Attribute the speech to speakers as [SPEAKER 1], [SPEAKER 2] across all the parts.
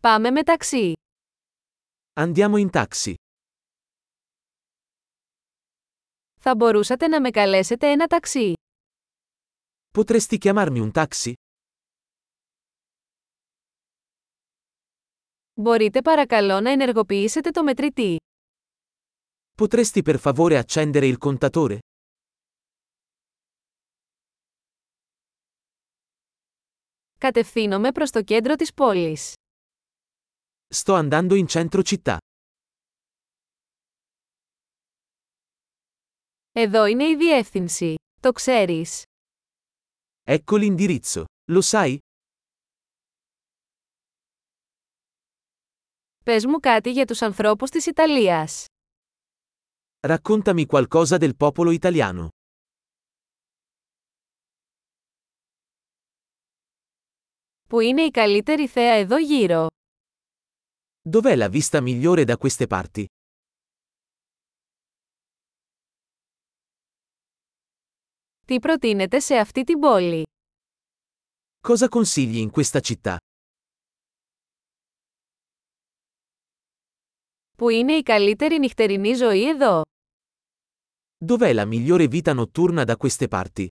[SPEAKER 1] Πάμε με ταξί.
[SPEAKER 2] Andiamo in taxi.
[SPEAKER 1] Θα μπορούσατε να με καλέσετε ένα ταξί.
[SPEAKER 2] Potresti chiamarmi un taxi?
[SPEAKER 1] Μπορείτε παρακαλώ να ενεργοποιήσετε το μετρητή.
[SPEAKER 2] Potresti per favore accendere il contatore?
[SPEAKER 1] Κατευθύνομαι προς το κέντρο της πόλης.
[SPEAKER 2] Sto andando in centro città.
[SPEAKER 1] Εδώ είναι η διεύθυνση. Το ξέρεις.
[SPEAKER 2] Ecco l'indirizzo. Lo sai?
[SPEAKER 1] Πες μου κάτι για τους ανθρώπους της Ιταλίας.
[SPEAKER 2] Raccontami qualcosa del popolo italiano.
[SPEAKER 1] Πού είναι η καλύτερη θέα εδώ γύρω.
[SPEAKER 2] Dov'è la vista migliore da queste parti?
[SPEAKER 1] Τι προτείνετε σε αυτή την πόλη.
[SPEAKER 2] Cosa consigli in questa città?
[SPEAKER 1] Πού είναι η καλύτερη νυχτερινή ζωή εδώ.
[SPEAKER 2] Dov'è la migliore vita notturna da queste parti?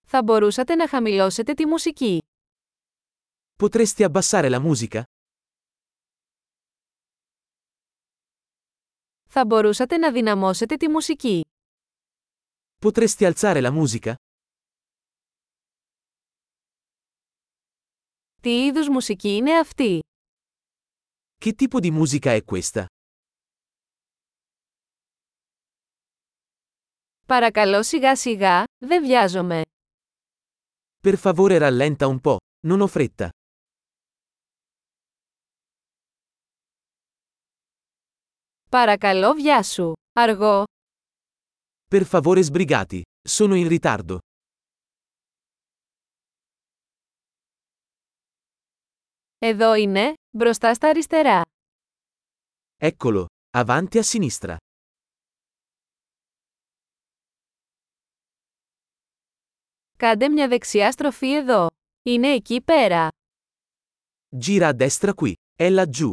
[SPEAKER 1] Θα μπορούσατε να χαμηλώσετε τη μουσική.
[SPEAKER 2] Potresti abbassare la musica?
[SPEAKER 1] Θα μπορούσατε να δυναμώσετε τη μουσική.
[SPEAKER 2] Potresti alzare la musica?
[SPEAKER 1] Τι είδους μουσική είναι αυτή.
[SPEAKER 2] Che tipo di musica è questa?
[SPEAKER 1] Παρακαλώ σιγά σιγά, δεν βιάζομαι.
[SPEAKER 2] Per favore rallenta un po', non ho fretta.
[SPEAKER 1] Παρακαλώ βιάσου. Αργό.
[SPEAKER 2] Per favore sbrigati, sono in ritardo.
[SPEAKER 1] Εδώ είναι, μπροστά στα αριστερά.
[SPEAKER 2] Eccolo, avanti a sinistra.
[SPEAKER 1] Κάντε μια δεξιά στροφή εδώ. Είναι εκεί πέρα.
[SPEAKER 2] Gira a destra qui, è laggiù.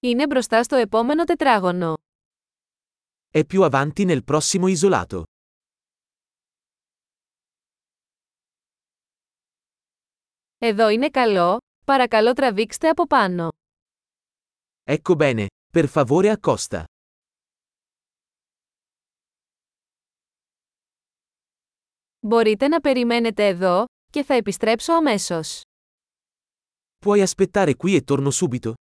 [SPEAKER 1] Είναι μπροστά στο επόμενο τετράγωνο.
[SPEAKER 2] È più avanti nel prossimo isolato.
[SPEAKER 1] Εδώ είναι καλό, παρακαλώ τραβήξτε από πάνω.
[SPEAKER 2] Ecco bene, per favore accosta.
[SPEAKER 1] Μπορείτε να περιμένετε εδώ και θα επιστρέψω αμέσως.
[SPEAKER 2] Puoi aspettare qui e torno subito?